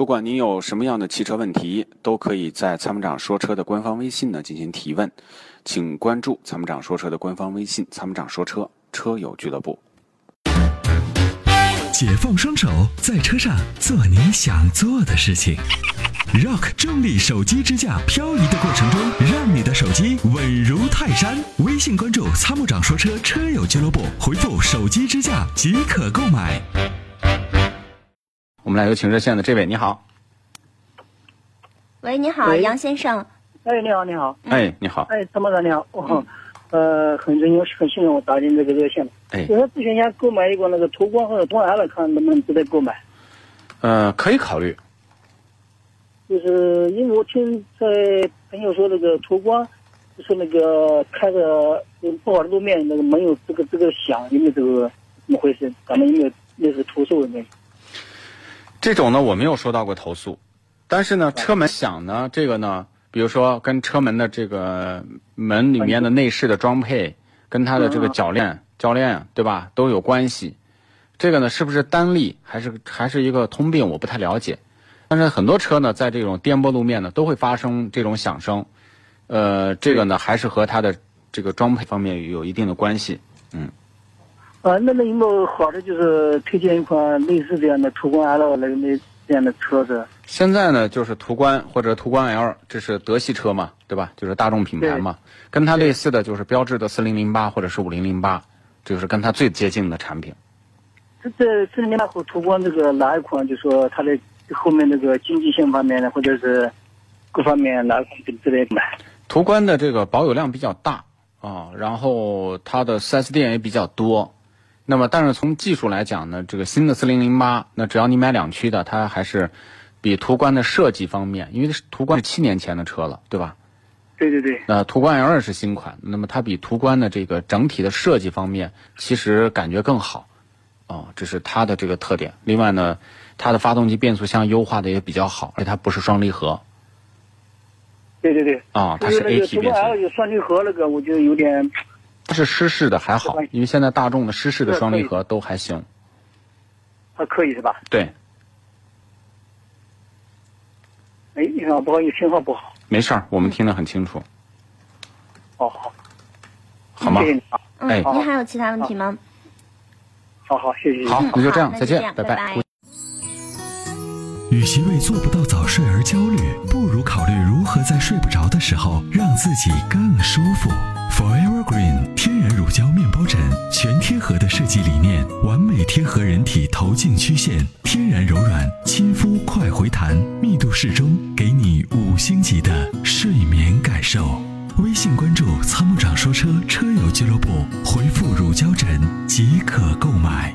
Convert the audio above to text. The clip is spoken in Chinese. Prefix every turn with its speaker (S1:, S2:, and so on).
S1: 不管您有什么样的汽车问题，都可以在参谋长说车的官方微信呢进行提问，请关注参谋长说车的官方微信“参谋长说车车友俱乐部
S2: 解放双手，在车上做你想做的事情。Rock 重力手机支架，漂移的过程中，让你的手机稳如泰山。微信关注“参谋长说车”车友俱乐部，回复“手机支架”即可购买。”。
S1: 我们来有请热线的这位，你好。
S3: 喂，你好，
S4: 喂
S3: 杨先生。
S4: 哎，你好，你好，
S1: 哎，你好。
S4: 哎，参谋长你好，我、呃，很荣幸，很幸运我打进这个热线了。
S1: 哎
S4: 我说之前想购买一个那个途观或者东来了，看能不能值得购买。
S1: 呃，可以考虑。
S4: 就是因为我听在朋友说那个途观，就是那个开着不好的路面那个没有这个这个响，有没有这个怎么回事？咱们有没有那是投诉有没有？
S1: 这种呢，我没有收到过投诉，但是呢，车门响呢，这个呢，比如说跟车门的这个门里面的内饰的装配，跟它的这个铰链、铰链，啊对吧，都有关系。这个呢，是不是单例还是还是一个通病，我不太了解。但是很多车呢，在这种颠簸路面呢，都会发生这种响声。呃，这个呢，还是和它的这个装配方面有一定的关系。
S4: 啊，那那有没有好的就是推荐一款类似这样的途观 L 那那这样的车子？
S1: 现在呢，就是途观或者途观 L，这是德系车嘛，对吧？就是大众品牌嘛。跟它类似的就是标致的四零零八或者是五零零八，这就是跟它最接近的产品。
S4: 这这这里面那会途观这个哪一款，就说它的后面那个经济性方面呢，或者是各方面哪一款之之类的？
S1: 途观的这个保有量比较大啊，然后它的 4S 店也比较多。那么，但是从技术来讲呢，这个新的4008，那只要你买两驱的，它还是比途观的设计方面，因为途观是七年前的车了，对吧？
S4: 对对对，
S1: 那呃途观 L 是新款，那么它比途观的这个整体的设计方面，其实感觉更好，哦，这是它的这个特点。另外呢，它的发动机变速箱优化的也比较好，而且它不是双离合
S4: 对对对。
S1: 啊、它
S4: 就是是那
S1: A
S4: 个
S1: T
S4: 途
S1: 变
S4: 观
S1: 速箱
S4: L，有双离合那个，我就有点
S1: 它是湿式的还好，因为现在大众的湿式的双离合都还行。
S4: 还可以是吧？
S1: 对，
S4: 哎，你好，不好意思，信号不好。
S1: 没事儿，我
S3: 嗯
S1: 们听得很清楚，
S4: 哦，好，
S1: 好吗
S4: 谢？谢你啊，
S3: 嗯，
S1: 哎
S3: 您还有其他问题吗？
S4: 好好，谢谢。
S1: 好，那就这样，
S3: 嗯好那
S1: 再
S3: 就
S1: 见
S3: 这，样
S1: 拜
S3: 拜拜
S2: 与其为做不到早睡而焦虑，不如考虑如何在睡不着的时候让自己更舒服。Forever Green 天然乳胶面包枕，全贴合的设计理念，完美贴合人体头颈曲线，天然柔软，亲肤快回弹，密度适中，给你五星级的睡眠感受。微信关注“参谋长说车”车友俱乐部，回复“乳胶枕”即可购买。